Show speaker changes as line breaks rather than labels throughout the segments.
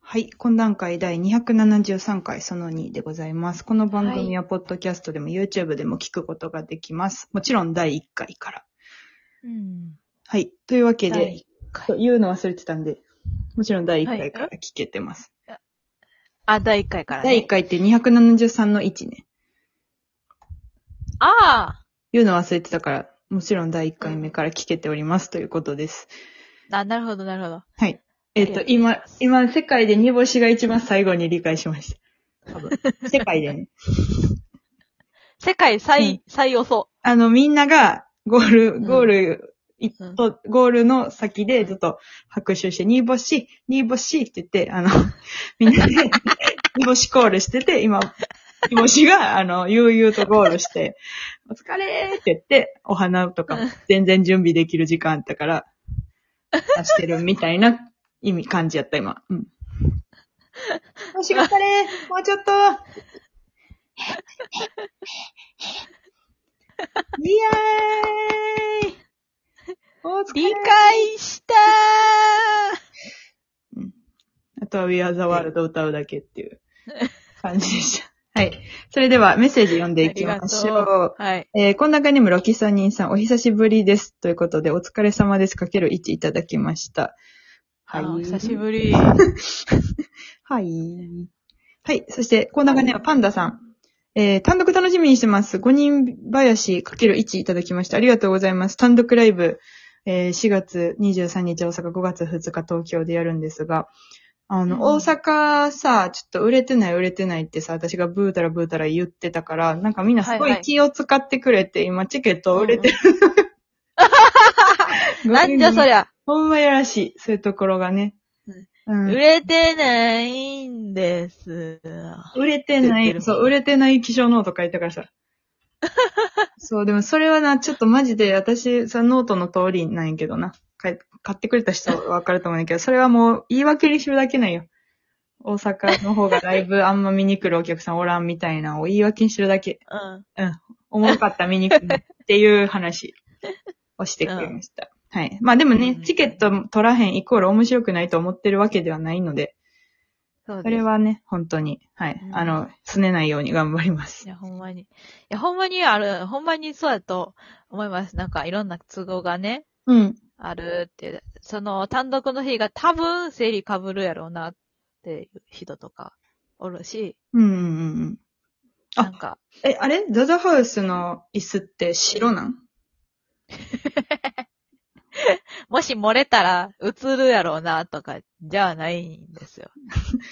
はい。懇談会第273回その2でございます。この番組は、ポッドキャストでも YouTube でも聞くことができます。もちろん第1回から。
うん。
はい。というわけ
第
で
一、
と
回。
言うの忘れてたんで、もちろん第1
は
回
い
から聞けてます。
あ、第1回から、ね。
第1。回って273の1ね。
ああ
言うの忘れてたから、もちろん第1回目から聞けておりますということです。
あ、なるほど、なるほど。
はい。えっ、
あ
と、
りがとうござい
今
ま、す
今、世界で煮干しが一番最後に理解しました。多 分世界でね。
世界最、
うん
最遅。
あの、みんなが、ゴール、
ん
ゴール、い
うん
と、ゴールの先でずっと拍手して、煮干し、煮干しって言って、あの、 みんなで、煮干しコールしてて、今、煮干しが、あの、悠々とゴールして、お疲れーって言って、お花とかも全然準備できる時間あったから、出してるみたいな意味、感じやった、今。うん。煮干し頑張れーもうちょっとイエーイお疲れ
理解したー
あとは We Are the World を歌うだけっていう感じでした。はい。それではメッセージ読んでいきまし
ありが
ょう。
はい。
えー、こんなネームロキサニンさん、お久しぶりです。ということで、お疲れ様です。かける1いただきました。はい。
あーお久しぶり。
はい。はい。そして、こんなネームパンダさん。えー、単独楽しみにしてます。5人林かける1いただきました。ありがとうございます。単独ライブ、えー、4月23日大阪、5月2日東京でやるんですが、あの、
うん
大阪さ、ちょっと売れてない売れてないってさ、私がブータラブータラ言ってたから、なんかみんなすご
はい
い
はい
気を使ってくれて、今チケット売れてる。
なんじゃそりゃ。
ほんまやらしい。そういうところがね。うん
売れてないんです。
売れてな
売って
い、
る
そう、売れてない気象ノート書いたからさ。そう、でもそれはな、ちょっとマジで私、さ、ノートの通りなんやけどな。かい買ってくれた人はわかると思うんやけど、それはもう言い訳にするだけなんよ。大阪の方がライブあんま見に来るお客さんおらんみたいなのを言い訳にするだけ。
うん。
おもろかった見に来るっていう話をしてくれました。はい。まあでもね、
うん
チケット取らへんイコール面白くないと思ってるわけではないので、
そうです。
それ。はね、本当に、はい、
うん
あの、拗ねないように頑張りま
い
す。
や、ほんまに。いや、ほんまにある、ほんまにそうだと思います。なんか、いろんな都合がね、
うん。
あるって、その単独の日が多分生理被るやろうなっていう人とかおるし、
うんうんうんうん。あ
なんか、
え、あれザザハウスの椅子って白なん
もし漏れたら映るやろうなとかじゃないんです よ。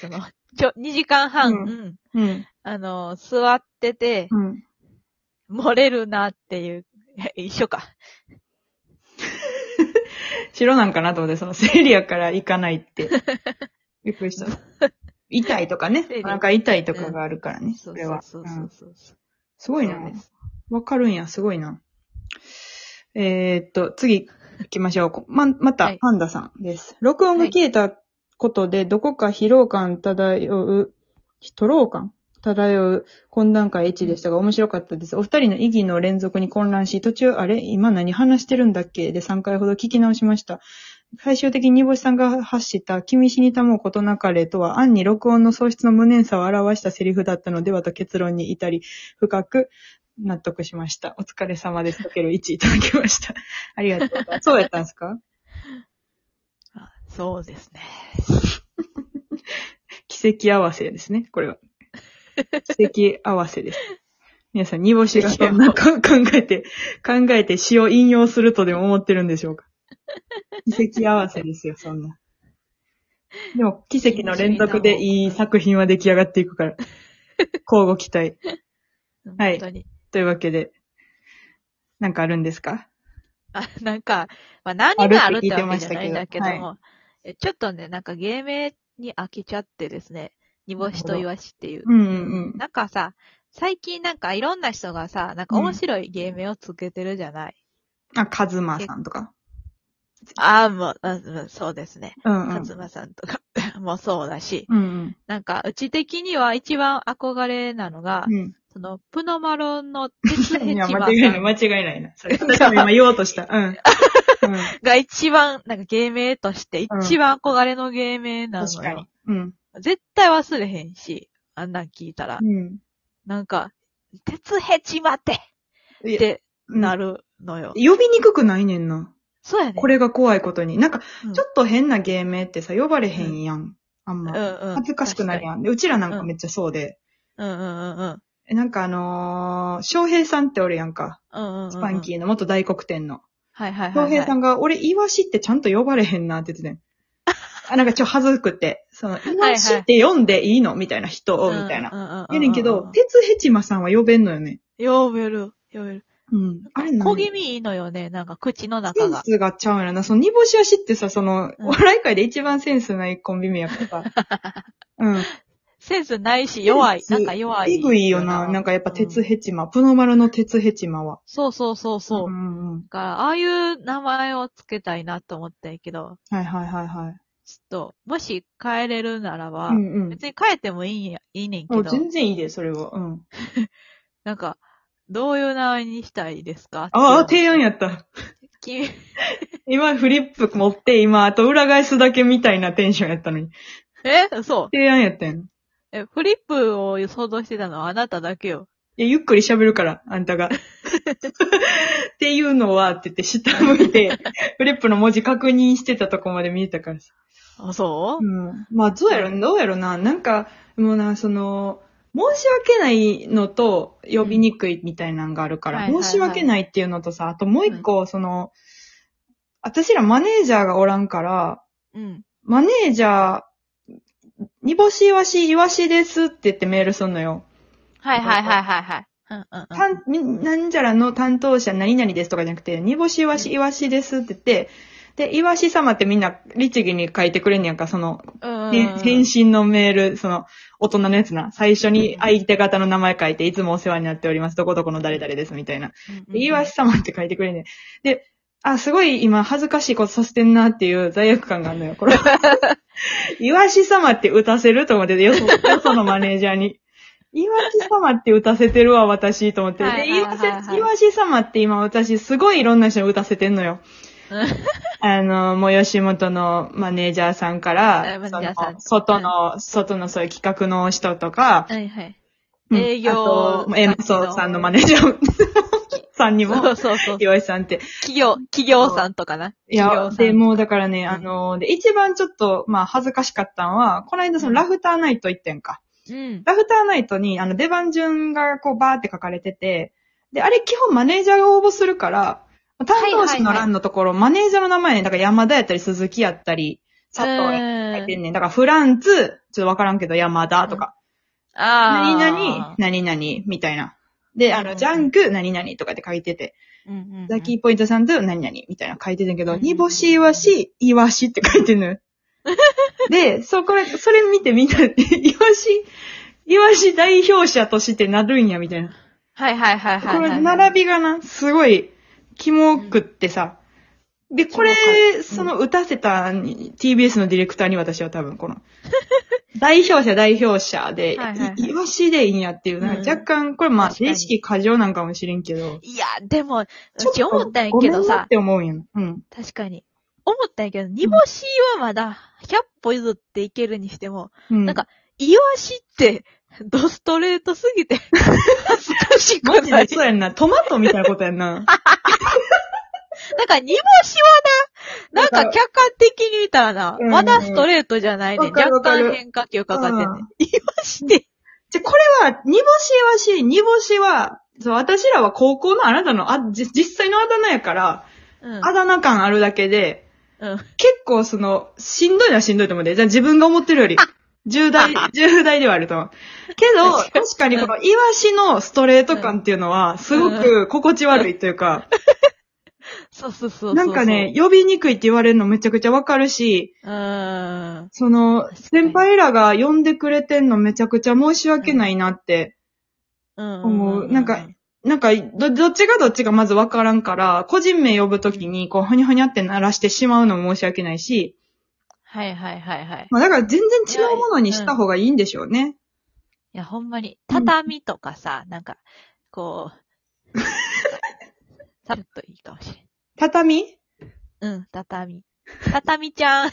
その、ちょ、2時間半、
うん
うん
うん。
あの、座ってて、
うん。
漏れるなっていう、一緒か。
白なんかなと思って、その、セリアから行かないって。 びっくりした。痛いとかね
生。理
なんか痛いとかがあるからね。それは。
そう
う
そうんそうそう。
すごいな
そうです。
わかるんや、すごいな。えーっと、次行きましょう。こま、ま
は
た
い、
パンダさんです。録音が消えたことで、どこか疲労感漂う、疲労感漂う懇談会1でしたが面白かったです。お二人の意義の連続に混乱し、途中、あれ今何話してるんだっけで3回ほど聞き直しました。最終的に煮干しさんが発した、君死にたもうことなかれとは、暗に録音の喪失の無念さを表したセリフだったのではと結論に至り、深く納得しました。お疲れ様です。かける1いただきました。 ありがとうございます。そうやったんですか
あそうですね。
奇跡合わせですね、これは。奇跡合わせです。皆さん、煮干しがそんなか考えて、考えて詩を引用するとでも思ってるんでしょうか。奇跡合わせですよ、そんな。でも、奇跡の連続でいい作品は出来上がっていくから。交互期待。はい
本当に。
というわけで、なんかあるんですか
あ、なんか、まあ、何があるってわけじゃないんだけど
あるって聞いてましたけど
も、えちょっとね、なんか芸名に飽きちゃってですね、煮干しとイワシっていう。
うんうん
なんかさ、最近なんかいろんな人がさ、なんか面白い芸名をつけてるじゃない。
うん。あ、カズマさんとか。
ああ、もうあ、うんそうですね。
うんうん。
勝間さんとか もそうだし、
うんうん。
なんかうち的には一番憧れなのが、
うん。
その、プノマロンの鉄ヘ
い
チ
や、
マさ
間違いない、
ん
間違いないな。それ、私も今言おうとした。 うん。うん、
が一番、なんか芸名として一番憧れの芸名なのよ。
確かに。うん。
絶対忘れへんし、あんなん聞いたら
う。ん。
なんか、鉄ヘチマテ
い
っ
や
てな
る。
るのよ。
呼びにくくないねんな。
そうやね。
これが怖いことに。なんか
うん、
ちょっと変な芸名ってさ、呼ばれへんやん。あん
うん
ま。
うん。
恥ずかしくなる
確
やん。で、うちらなんかめっちゃそうで。
かに。うんうんうんうん。
え、なんかあのー、翔平さんっておるやんか。
うんうんうんうん。
スパンキーの元大黒店の。
はいはいはい
翔
はい。
平さんが、俺、イワシってちゃんと呼ばれへんなって言 ってたやんあ、なんかちょ、恥ずくて。その、イワシって読んでいいのみたいな人を、みたいな。
な
やねんけど、
うん
鉄ヘチマさんは呼べんのよね。
呼べる、呼べる。
うん。あれなん
小気味いいのよね、なんか口の
セ
中
ン
が。
スがちゃうんやな。その、煮干し足ってさ、その、
うん
お笑い界で一番センスないコンビ名や からさ。うん。
センスないし、弱い。
セン
な
ス
んか弱い。
えぐいよな。なんかやっぱ
う
鉄
ん
ヘチマ。プノマルの鉄ヘチマは。
そうそうそうそう。だ
んうん。
から、ああいう名前をつけたいなと思ったんやけど、
はいはいはいはい。
ちょっと、もし変えれるならば、
うんうん。
別に変えてもいいんや、いいねん
も
け
う
ど、
全然いいで、それは。うん。
なんか、どういう名前にしたいですか
ああ、
っていう
提案やった。
君、
今フリップ持って、今、あと裏返すだけみたいなテンションやったのに。
えそう。
提案やったやん。
え、フリップを想像してたのはあなただけよ。
いや、ゆっくり喋るから、あんたが。 っていうのは、って言って下向い て、フリップの文字確認してたとこまで見えたからさ。
あ、そうう、
ん。まあ、どうやろ、どうやろな。なんか、もうな、その、申し訳ないのと、呼びにくいみたいなんがあるから、
うんはいはいはい
申し訳ないっていうのとさ、あともう一個、その、私らマネージャーがおらんから、
うん。
マネージャー、煮干しイワシイワシですって言ってメールすんのよ。
はいはいはいはいはい。うんうんうん。
たん、みなんじゃらの担当者何々ですとかじゃなくて、煮干しイワシイワシですって言って、で、イワシ様ってみんな律儀に書いてくれんねやんか、その、
うん
へ返信のメール、その、大人のやつな。最初に相手方の名前書いて、いつもお世話になっております。どこどこの誰々です、みたいな。でイワシ様って書いてくれんねん。で、あ、すごい今恥ずかしいことさせてんなっていう罪悪感があるのよ、 これ。イワシ様って打たせると思って、よ そ、よそのマネージャーに。イワシ様って打たせてるわ、私、と思って。
は
で、
いはい
イ
は
ワ
いはい
シ、イワシ様って今私、すごいいろんな人に打たせてんのよ。あの、もう吉本のマネージャーさんか
あ
ら、
マネ
そ
ージャーさん
の外の、外のそういう企画の人とか、
はいはい。
うん
営業
あと、エマソさんのマネージャーさんにも、
そうそうそう。
岩井さんって。
企業、企業さんとかな。
い
企業
や、
さん
で、もうだからね、
うん
あの、で、一番ちょっと、まあ、恥ずかしかったのは、この間そのラフターナイト行ってんか。
うん。
ラフターナイトに、あの、出番順がこう、バーって書かれてて、で、あれ基本マネージャーが応募するから、担当者の欄のところ、マネージャーの名前ね、だから山田やったり、鈴木やったり、佐藤やったり書いてんねん。だから、フランツ、ちょっとわからんけど、山田とか、
ああ。
何々、何々、みたいな。で、あ
うんう
の、
ん
ジャンク、何々とかって書いてて、
うんうんうん。
ザキーポイントさんと何々みたいな書いてたけ
う
ど、
ん
煮干しイワシ、イワシって書いて んのよ。で、そこら、それ見てみんな、イワ シ、イワシ代表者としてなるんや、みたいな。
はいはいはいはい。
これ、並びがな、すごい、キモくってさ。で、これ
キモかう、ん
その、打たせたに TBS のディレクターに私は多分、こ の、代表者代表者で
はいはいは、い
いイワシでいいんやっていう、なん
うん
か若干、これまあ、
確かに
意識過剰なんかもしれんけど。
いや、でも、う
ちょっ
ち
と
思ったんやけど
ごめんなっ
さ、
て思うんやん。うん。
確かに。思ったんやけど、煮干しはまだ、100歩譲っていけるにしても、
うん
なんか、イワシって、ドストレートすぎて、恥ずかし
マ
く
ジ
な
で
い。
そうやんな。トマトみたいなことやん な。
なんか、煮干しはな、なんか客観的に見たらな、
うん
まだストレートじゃないね。
わかる
若
わかる
干変化球かかってんね。
うん
言いまして。
じゃ、これは、煮干しはし、煮干しは、そう、私らは高校のあなたの、あ、じ実際のあだ名やから、
う ん
あだ名感あるだけで、
うん。
結構その、しんどいのはしんどいと思うで。じゃあ自分が思ってるより、重大、重大ではあると思う。けど、
確
確かにこの、イワシのストレート感っていうのは、すごく心地悪いというか、
そうそうそうそう。
なんかね、、呼びにくいって言われるのめちゃくちゃわかるし、
うーん。
その、
確かに
先輩らが呼んでくれてんのめちゃくちゃ申し訳ないなって。
うん。
思うなんかなんかど、どっちがどっちがまずわからんから、個人名呼ぶときに、こう、ほにゃほにゃって鳴らしてしまうのも申し訳ないし、
はいはいはいはい。
まあだから全然違うものにした方がいいんでしょうね。
いや、ほんまに、畳とかさ、なんか、こ う、さっといいかもし
畳
れん。うん、畳。畳ちゃん。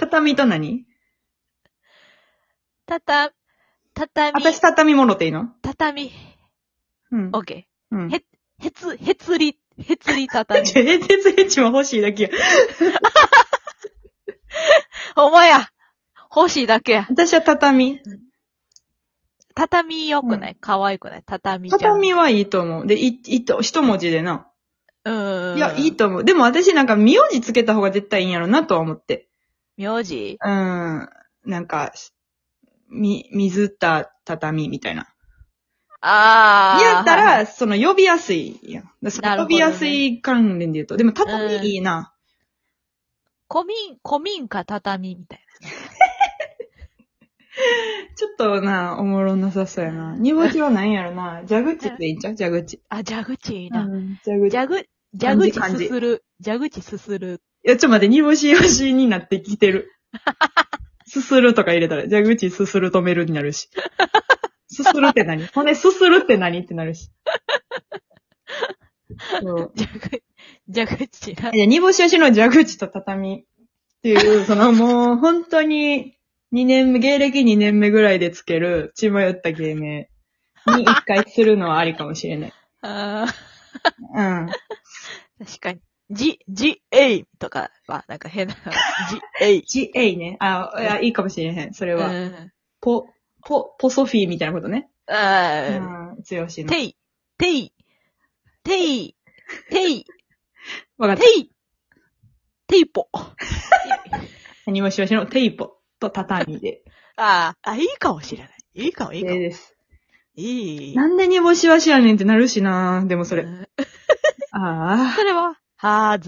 畳と何
たた、畳、
私畳もろていいの
畳、
うん
オ。ッケ
うん。
へー。へつ、へつり、へつり 畳。
ちょ、ヘッツヘッチも欲しいだけや。
ほんまや。欲しいだけや。
私は畳。
畳良くない可愛くない畳じゃん。
畳はいいと思う。で、い、いと、一文字でな。
うん。
いや、いい。と思う。でも私なんか名字つけた方が絶対いいんやろなとは思って。
名字
うん。なんか、み、水田畳みたいな。
ああ。
言うた
はいはい
ら、その呼びやすいやん。だから
なる
その
ほどね
呼びやすい関連で言うと。でも
うん
畳いいな。
古民、古民家畳みたい
ちょっとな、おもろなさそうやな。煮干しは何やろ な。蛇口でいいんちゃう蛇口。
な。あ、蛇口いいうな。
ん、蛇口。い
蛇口、
漢
蛇
字
口すする。蛇口すする。
や、ちょっと待って、煮干しよしになってきてる。すするとか入れたら、蛇口すする止めるになる し。すするって何骨すするって何ってなる し。そう。
蛇口、蛇口な。
いや、煮干しよしの蛇口と畳って いう、そのもう本当に2年目、芸歴2年目ぐらいでつける血迷った芸名に一回するのはありかもしれない。
あー
うん。
確かに。じ、じ、えいとかは、なんか変な。じ、えい。
g A ね。あ、いやいいかもしれへん。それ
う
は。
ん。
ポ、ポ、ポソフィーみたいなことね。う
あ
ん。強し
ー
の。
てい、てい、てい、てい、
わかった。
てい、ていぽ。
何もしわしのテイポと畳で。
あーあ、いいかもしれない。いいかも、いい
え
かも。
え
い
です。
い。
なんで煮干しわしやねんってなるしなでもそれ。
うん
ああ。
それは、はーず。